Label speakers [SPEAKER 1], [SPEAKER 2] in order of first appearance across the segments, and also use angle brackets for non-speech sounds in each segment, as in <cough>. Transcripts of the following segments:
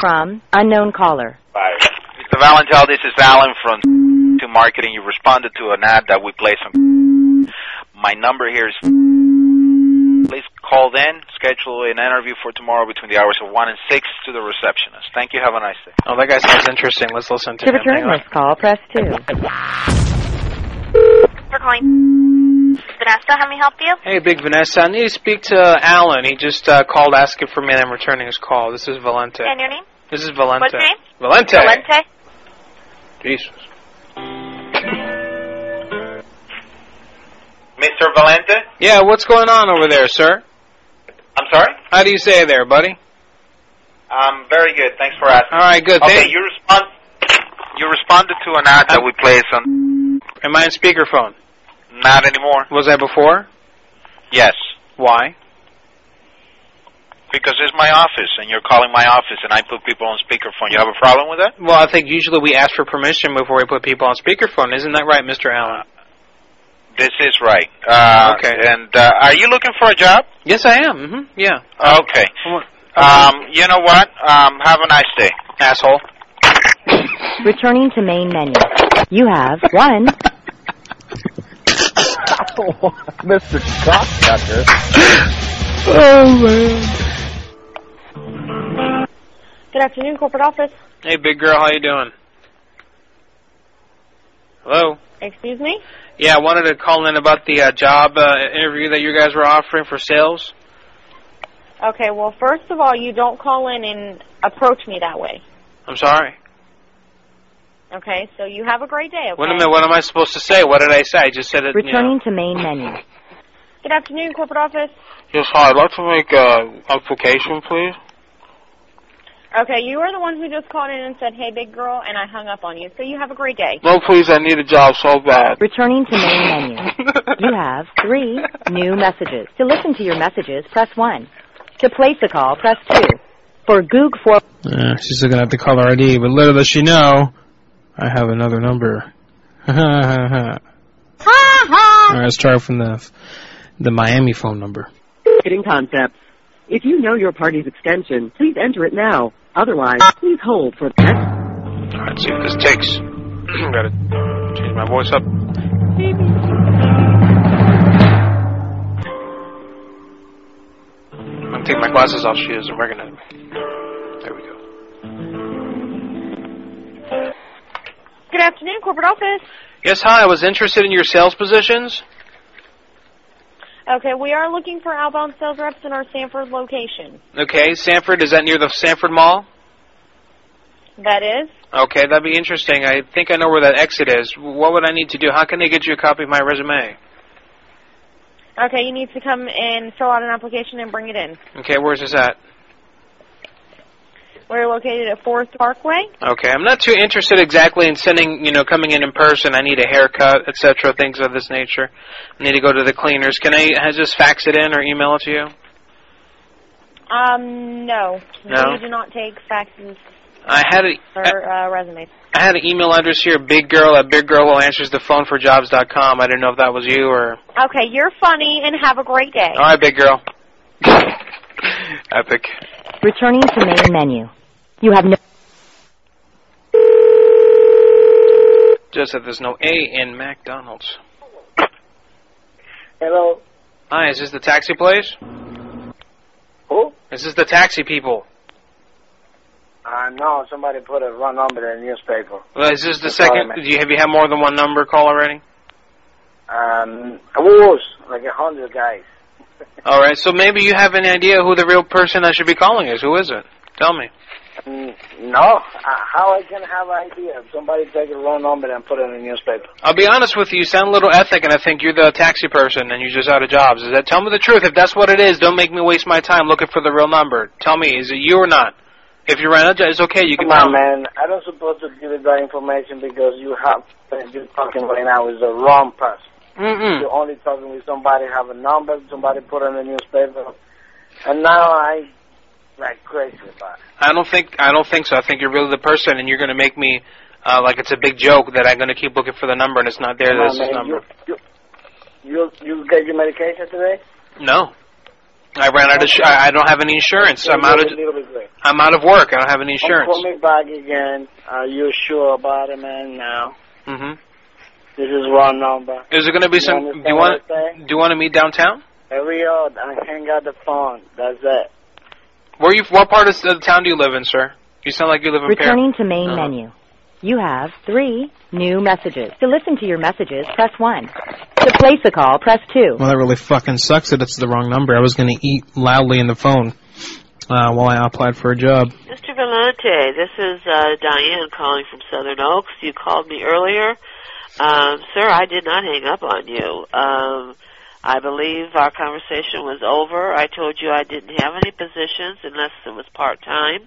[SPEAKER 1] from unknown caller.
[SPEAKER 2] Bye. Mr. Valentel, this is Alan from to marketing. You responded to an ad that we placed on. My number here is. Please call in, schedule an interview for tomorrow between the hours of 1 and 6 to the receptionist. Thank you. Have a nice day.
[SPEAKER 3] Oh, that guy sounds interesting. Let's listen to
[SPEAKER 1] To
[SPEAKER 3] him. Hang
[SPEAKER 1] return
[SPEAKER 3] on.
[SPEAKER 1] this call, press 2.
[SPEAKER 4] for calling. Vanessa, how may I help you?
[SPEAKER 3] Hey, Big Vanessa, I need to speak to Alan. He just uh, called asking for me, and I'm returning his call. This is Valente.
[SPEAKER 4] And your name?
[SPEAKER 3] This is Valente.
[SPEAKER 4] What's your name?
[SPEAKER 3] Valente.
[SPEAKER 4] Valente.
[SPEAKER 3] Jesus.
[SPEAKER 2] Mr. Valente?
[SPEAKER 3] Yeah, what's going on over there, sir?
[SPEAKER 2] I'm sorry?
[SPEAKER 3] How do you say there, buddy?
[SPEAKER 2] Um, very good. Thanks for asking.
[SPEAKER 3] All right, good.
[SPEAKER 2] Okay,
[SPEAKER 3] Thank
[SPEAKER 2] you respond. Uh, You responded to an ad that we placed on.
[SPEAKER 3] Am I in speakerphone?
[SPEAKER 2] Not anymore.
[SPEAKER 3] Was I before?
[SPEAKER 2] Yes.
[SPEAKER 3] Why?
[SPEAKER 2] Because it's my office, and you're calling my office, and I put people on speakerphone. You have a problem with that?
[SPEAKER 3] Well, I think usually we ask for permission before we put people on speakerphone. Isn't that right, Mr. Allen?
[SPEAKER 2] This is right. Uh,
[SPEAKER 3] Okay.
[SPEAKER 2] And uh, are you looking for a job?
[SPEAKER 3] Yes, I am. Mm-hmm. Yeah.
[SPEAKER 2] Okay.
[SPEAKER 3] Come on.
[SPEAKER 2] Um, you know what? Um, have a nice day.
[SPEAKER 3] Asshole.
[SPEAKER 1] Returning to main menu. You have 1.
[SPEAKER 5] Mr. Cocksucker.
[SPEAKER 4] Good afternoon, corporate office.
[SPEAKER 3] Hey, big girl, how you doing? Hello.
[SPEAKER 4] Excuse me?
[SPEAKER 3] Yeah, I wanted to call in about the uh, job uh, interview that you guys were offering for sales.
[SPEAKER 4] Okay, well, first of all, you don't call in and approach me that way.
[SPEAKER 3] I'm sorry.
[SPEAKER 4] Okay, so you have a great day, okay?
[SPEAKER 3] Wait a minute. What am I supposed to say? What did I say? I just said it. you know.
[SPEAKER 1] Returning to main menu.
[SPEAKER 4] Good afternoon, corporate office.
[SPEAKER 3] Yes, hi. I'd like to make an uh, application, please.
[SPEAKER 4] Okay, you were the ones who just called in and said, hey, big girl, and I hung up on you. So you have a great day.
[SPEAKER 3] No, please. I need a job so bad.
[SPEAKER 1] Returning to main
[SPEAKER 3] <laughs>
[SPEAKER 1] menu. You have 3 new messages. To listen to your messages, press 1. To place a call, press 2. For Goog for
[SPEAKER 6] Uh, she's looking at the caller ID, but little does she know, I have another number. Alright, let's try from the the Miami phone number.
[SPEAKER 7] Marketing concepts. If you know your party's extension, please enter it now. Otherwise, please hold for the next
[SPEAKER 3] All right, see if this takes. <clears throat> Gotta change my voice up. I'm gonna take my glasses off. She doesn't recognize me. There we go.
[SPEAKER 4] Good afternoon, corporate office.
[SPEAKER 3] Yes, hi. I was interested in your sales positions.
[SPEAKER 4] Okay, we are looking for outbound sales reps in our Sanford location.
[SPEAKER 3] Okay, Sanford. Is that near the Sanford Mall?
[SPEAKER 4] That is?
[SPEAKER 3] Okay, that'd be interesting. I think I know where that exit is. What would I need to do? How can they get you a copy of my resume?
[SPEAKER 4] Okay, you need to come and fill out an application and bring it in.
[SPEAKER 3] Okay, where's this at?
[SPEAKER 4] We're located at Forest Parkway.
[SPEAKER 3] Okay, I'm not too interested exactly in sending, you know, coming in in person. I need a haircut, etc., things of this nature. I need to go to the cleaners. Can I has just fax it in or email it to you?
[SPEAKER 4] Um, no.
[SPEAKER 3] No?
[SPEAKER 4] We do not take faxes
[SPEAKER 3] I had a
[SPEAKER 4] or uh, resumes.
[SPEAKER 3] I had an email address here, big girl at biggirlwhoanswersthephonejobs.com. I didn't know if that was you or.
[SPEAKER 4] Okay, you're funny and have a great day.
[SPEAKER 3] All right, big girl. <laughs> Epic.
[SPEAKER 1] returning to main menu. You have no
[SPEAKER 3] Just that there's no A in McDonald's.
[SPEAKER 8] Hello.
[SPEAKER 3] Hi, is this the taxi place?
[SPEAKER 8] Who?
[SPEAKER 3] Is this the taxi people?
[SPEAKER 8] I know Uh, somebody put a wrong number in the newspaper.
[SPEAKER 3] Well, is this the
[SPEAKER 8] That's all I
[SPEAKER 3] second?
[SPEAKER 8] meant.
[SPEAKER 3] Do you have you had more than one number call already?
[SPEAKER 8] Um, who was like a hundred guys?
[SPEAKER 3] <laughs> All right, so maybe you have any idea who the real person I should be calling is. Who is it? Tell me.
[SPEAKER 8] Mm, no, uh, how I can have idea if somebody take a wrong number and put it in the newspaper?
[SPEAKER 3] I'll be honest with you. You sound a little ethnic, and I think you're the taxi person, and you're just out of jobs. Is that? Tell me the truth. If that's what it is, don't make me waste my time looking for the real number. Tell me, is it you or not? If you're out of jobs, it's okay. You can
[SPEAKER 8] Come
[SPEAKER 3] tell
[SPEAKER 8] on,
[SPEAKER 3] me.
[SPEAKER 8] man. I don't supposed to give you that information because you have uh, you're talking right now is the wrong person.
[SPEAKER 3] Mm-mm.
[SPEAKER 8] You're only talking with somebody have a number, somebody put in the newspaper, and now I like crazy about it.
[SPEAKER 3] I don't think. I don't think so. I think you're really the person, and you're going to make me uh, like it's a big joke that I'm going to keep looking for the number, and it's not there.
[SPEAKER 8] Come
[SPEAKER 3] That's
[SPEAKER 8] on,
[SPEAKER 3] his
[SPEAKER 8] man.
[SPEAKER 3] number.
[SPEAKER 8] You, you you you get your medication today?
[SPEAKER 3] No. I ran out of. Sh- I I don't have any insurance. I'm out of.
[SPEAKER 8] A little bit late.
[SPEAKER 3] I'm out of work. I don't have any insurance.
[SPEAKER 8] Don't call me back again. Are you sure about it, man? Now
[SPEAKER 3] hmm
[SPEAKER 8] this is wrong number.
[SPEAKER 3] Is there going to be
[SPEAKER 8] You
[SPEAKER 3] some? Do
[SPEAKER 8] understand
[SPEAKER 3] you
[SPEAKER 8] what
[SPEAKER 3] want?
[SPEAKER 8] I say?
[SPEAKER 3] Do you want to meet downtown?
[SPEAKER 8] Every odd, I hang out the phone. That's it.
[SPEAKER 3] Where you? What part of the town do you live in, sir? You sound like you live in
[SPEAKER 1] Returning to main
[SPEAKER 3] Uh-huh.
[SPEAKER 1] menu. You have three new messages. To listen to your messages, press 1. To place a call, press 2.
[SPEAKER 6] Well, that really fucking sucks that it's the wrong number. I was going to eat loudly in the phone uh, while I applied for a job.
[SPEAKER 9] Mr. Vellante, this is uh, Diane calling from Southern Oaks. You called me earlier. Um, sir, I did not hang up on you. Um, I believe our conversation was over. I told you I didn't have any positions unless it was part time.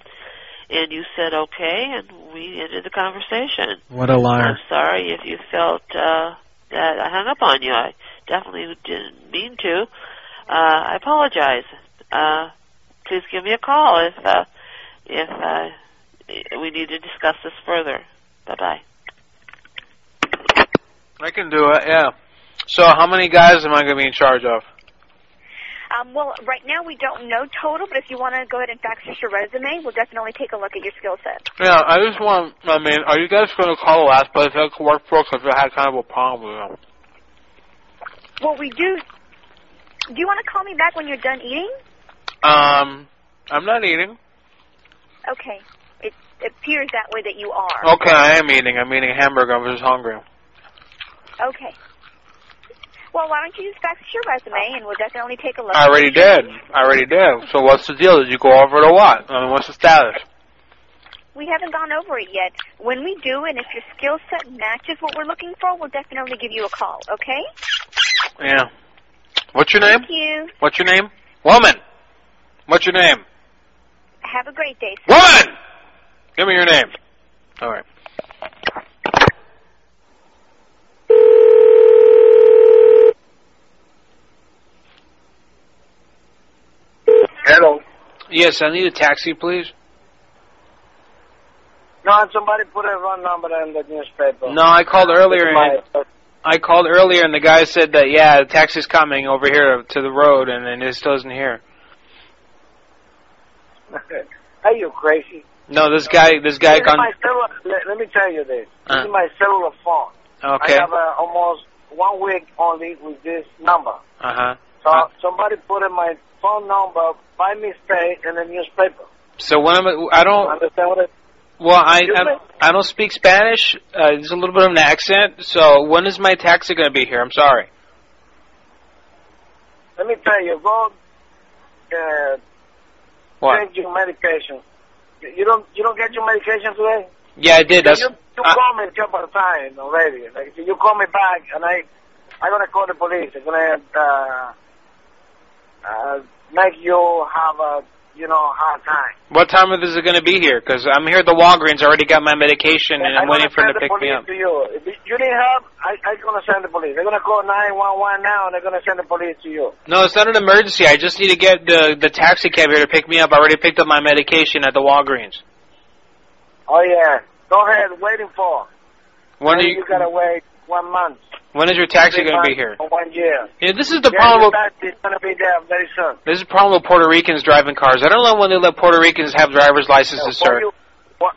[SPEAKER 9] And you said okay, and we ended the conversation.
[SPEAKER 6] What a liar.
[SPEAKER 9] I'm sorry if you felt uh, that I hung up on you. I definitely didn't mean to. Uh, I apologize. Uh, please give me a call if uh, if uh, we need to discuss this further. Bye bye.
[SPEAKER 3] I can do it. Yeah. So how many guys am I going to be in charge of?
[SPEAKER 10] Um, well, right now we don't know total, but if you want to go ahead and fax us your resume, we'll definitely take a look at your skill set.
[SPEAKER 3] Yeah, I just want. I mean, are you guys going to call the last place I could work for? Because I had kind of a problem with them.
[SPEAKER 10] Well, we do. Do you want to call me back when you're done eating?
[SPEAKER 3] Um, I'm not eating.
[SPEAKER 10] Okay. It appears that way that you are.
[SPEAKER 3] Okay, I am eating. I'm eating a hamburger. I'm just hungry. Oh.
[SPEAKER 10] Okay. Well, why don't you just fax us your resume, and we'll definitely take a look.
[SPEAKER 3] I already did. I already did. So what's the deal? Did you go over it or what? I mean, what's the status?
[SPEAKER 10] We haven't gone over it yet. When we do, and if your skill set matches what we're looking for, we'll definitely give you a call. Okay?
[SPEAKER 3] Yeah. What's your name?
[SPEAKER 10] Thank you.
[SPEAKER 3] What's your name? Woman. What's your name?
[SPEAKER 10] Have a great day. sir.
[SPEAKER 3] Woman! Give me your name. All right.
[SPEAKER 8] Hello.
[SPEAKER 3] Yes, I need a taxi, please.
[SPEAKER 8] No, somebody put a wrong number in the newspaper.
[SPEAKER 3] No, I called earlier.
[SPEAKER 8] It's
[SPEAKER 3] And
[SPEAKER 8] my-
[SPEAKER 3] I called earlier, and the guy said that yeah, the taxi's coming over here to the road, and then it still isn't here.
[SPEAKER 8] <laughs> Are you crazy?
[SPEAKER 3] No, this guy, this guy
[SPEAKER 8] This is
[SPEAKER 3] gone.
[SPEAKER 8] my cellular, let, let me tell you this. This
[SPEAKER 3] Uh.
[SPEAKER 8] is my cellular phone.
[SPEAKER 3] Okay.
[SPEAKER 8] I have uh, almost one week only with this number.
[SPEAKER 3] Uh huh.
[SPEAKER 8] So
[SPEAKER 3] Uh.
[SPEAKER 8] somebody put in my phone number by mistake in the newspaper.
[SPEAKER 3] So when I'm, I don't.
[SPEAKER 8] Understand what I
[SPEAKER 3] Well, I
[SPEAKER 8] Excuse
[SPEAKER 3] I,
[SPEAKER 8] me?
[SPEAKER 3] I don't speak Spanish. Uh, there's a little bit of an accent. So when is my taxi gonna be here? I'm sorry.
[SPEAKER 8] Let me tell you, go uh,
[SPEAKER 3] What?
[SPEAKER 8] take your medication. You you don't you don't get your medication today?
[SPEAKER 3] Yeah, I did. That's.
[SPEAKER 8] you you
[SPEAKER 3] I,
[SPEAKER 8] call me a couple of times already. Like you call me back and I I'm gonna call the police. I'm gonna uh, uh, make you have a you know hard time.
[SPEAKER 3] what time is it gonna be here? Because I'm here at the Walgreens. I already got my medication, and
[SPEAKER 8] I'm
[SPEAKER 3] I'm waiting for
[SPEAKER 8] gonna
[SPEAKER 3] him to
[SPEAKER 8] send
[SPEAKER 3] pick
[SPEAKER 8] the
[SPEAKER 3] me
[SPEAKER 8] police
[SPEAKER 3] up.
[SPEAKER 8] To you. If you need help, I, I'm going to send the police. They're going to call 911 now, and they're going to send the police to you.
[SPEAKER 3] No, it's not an emergency. I just need to get the the taxi cab here to pick me up. I already picked up my medication at the Walgreens.
[SPEAKER 8] Oh, yeah. Go ahead. Waiting for.
[SPEAKER 3] When are
[SPEAKER 8] Maybe
[SPEAKER 3] you?
[SPEAKER 8] got to wait one month.
[SPEAKER 3] When is your taxi
[SPEAKER 8] three
[SPEAKER 3] going to be here?
[SPEAKER 8] months, Or one year.
[SPEAKER 3] Yeah, this is the
[SPEAKER 8] yeah,
[SPEAKER 3] problem.
[SPEAKER 8] your
[SPEAKER 3] With,
[SPEAKER 8] taxi is going to be there very soon.
[SPEAKER 3] this is the problem with Puerto Ricans driving cars. I don't know when they let Puerto Ricans have driver's licenses,
[SPEAKER 8] What
[SPEAKER 3] sir.
[SPEAKER 8] you- what,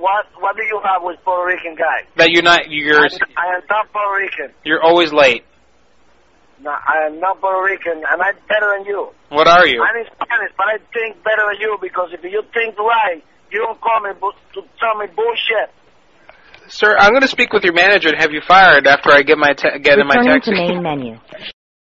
[SPEAKER 8] what, what do you have with Puerto Rican guys?
[SPEAKER 3] That you're not you're
[SPEAKER 8] I, I am not Puerto Rican.
[SPEAKER 3] you're always late.
[SPEAKER 8] No, I am not Puerto Rican, and I'm better than you.
[SPEAKER 3] What are you?
[SPEAKER 8] I'm in Spanish, but I think better than you because if you think right, you don't call me bu- to tell me bullshit.
[SPEAKER 3] Sir, I'm going to speak with your manager and have you fired after I get my ta- get in my
[SPEAKER 1] Returning
[SPEAKER 3] taxi.
[SPEAKER 1] to main menu.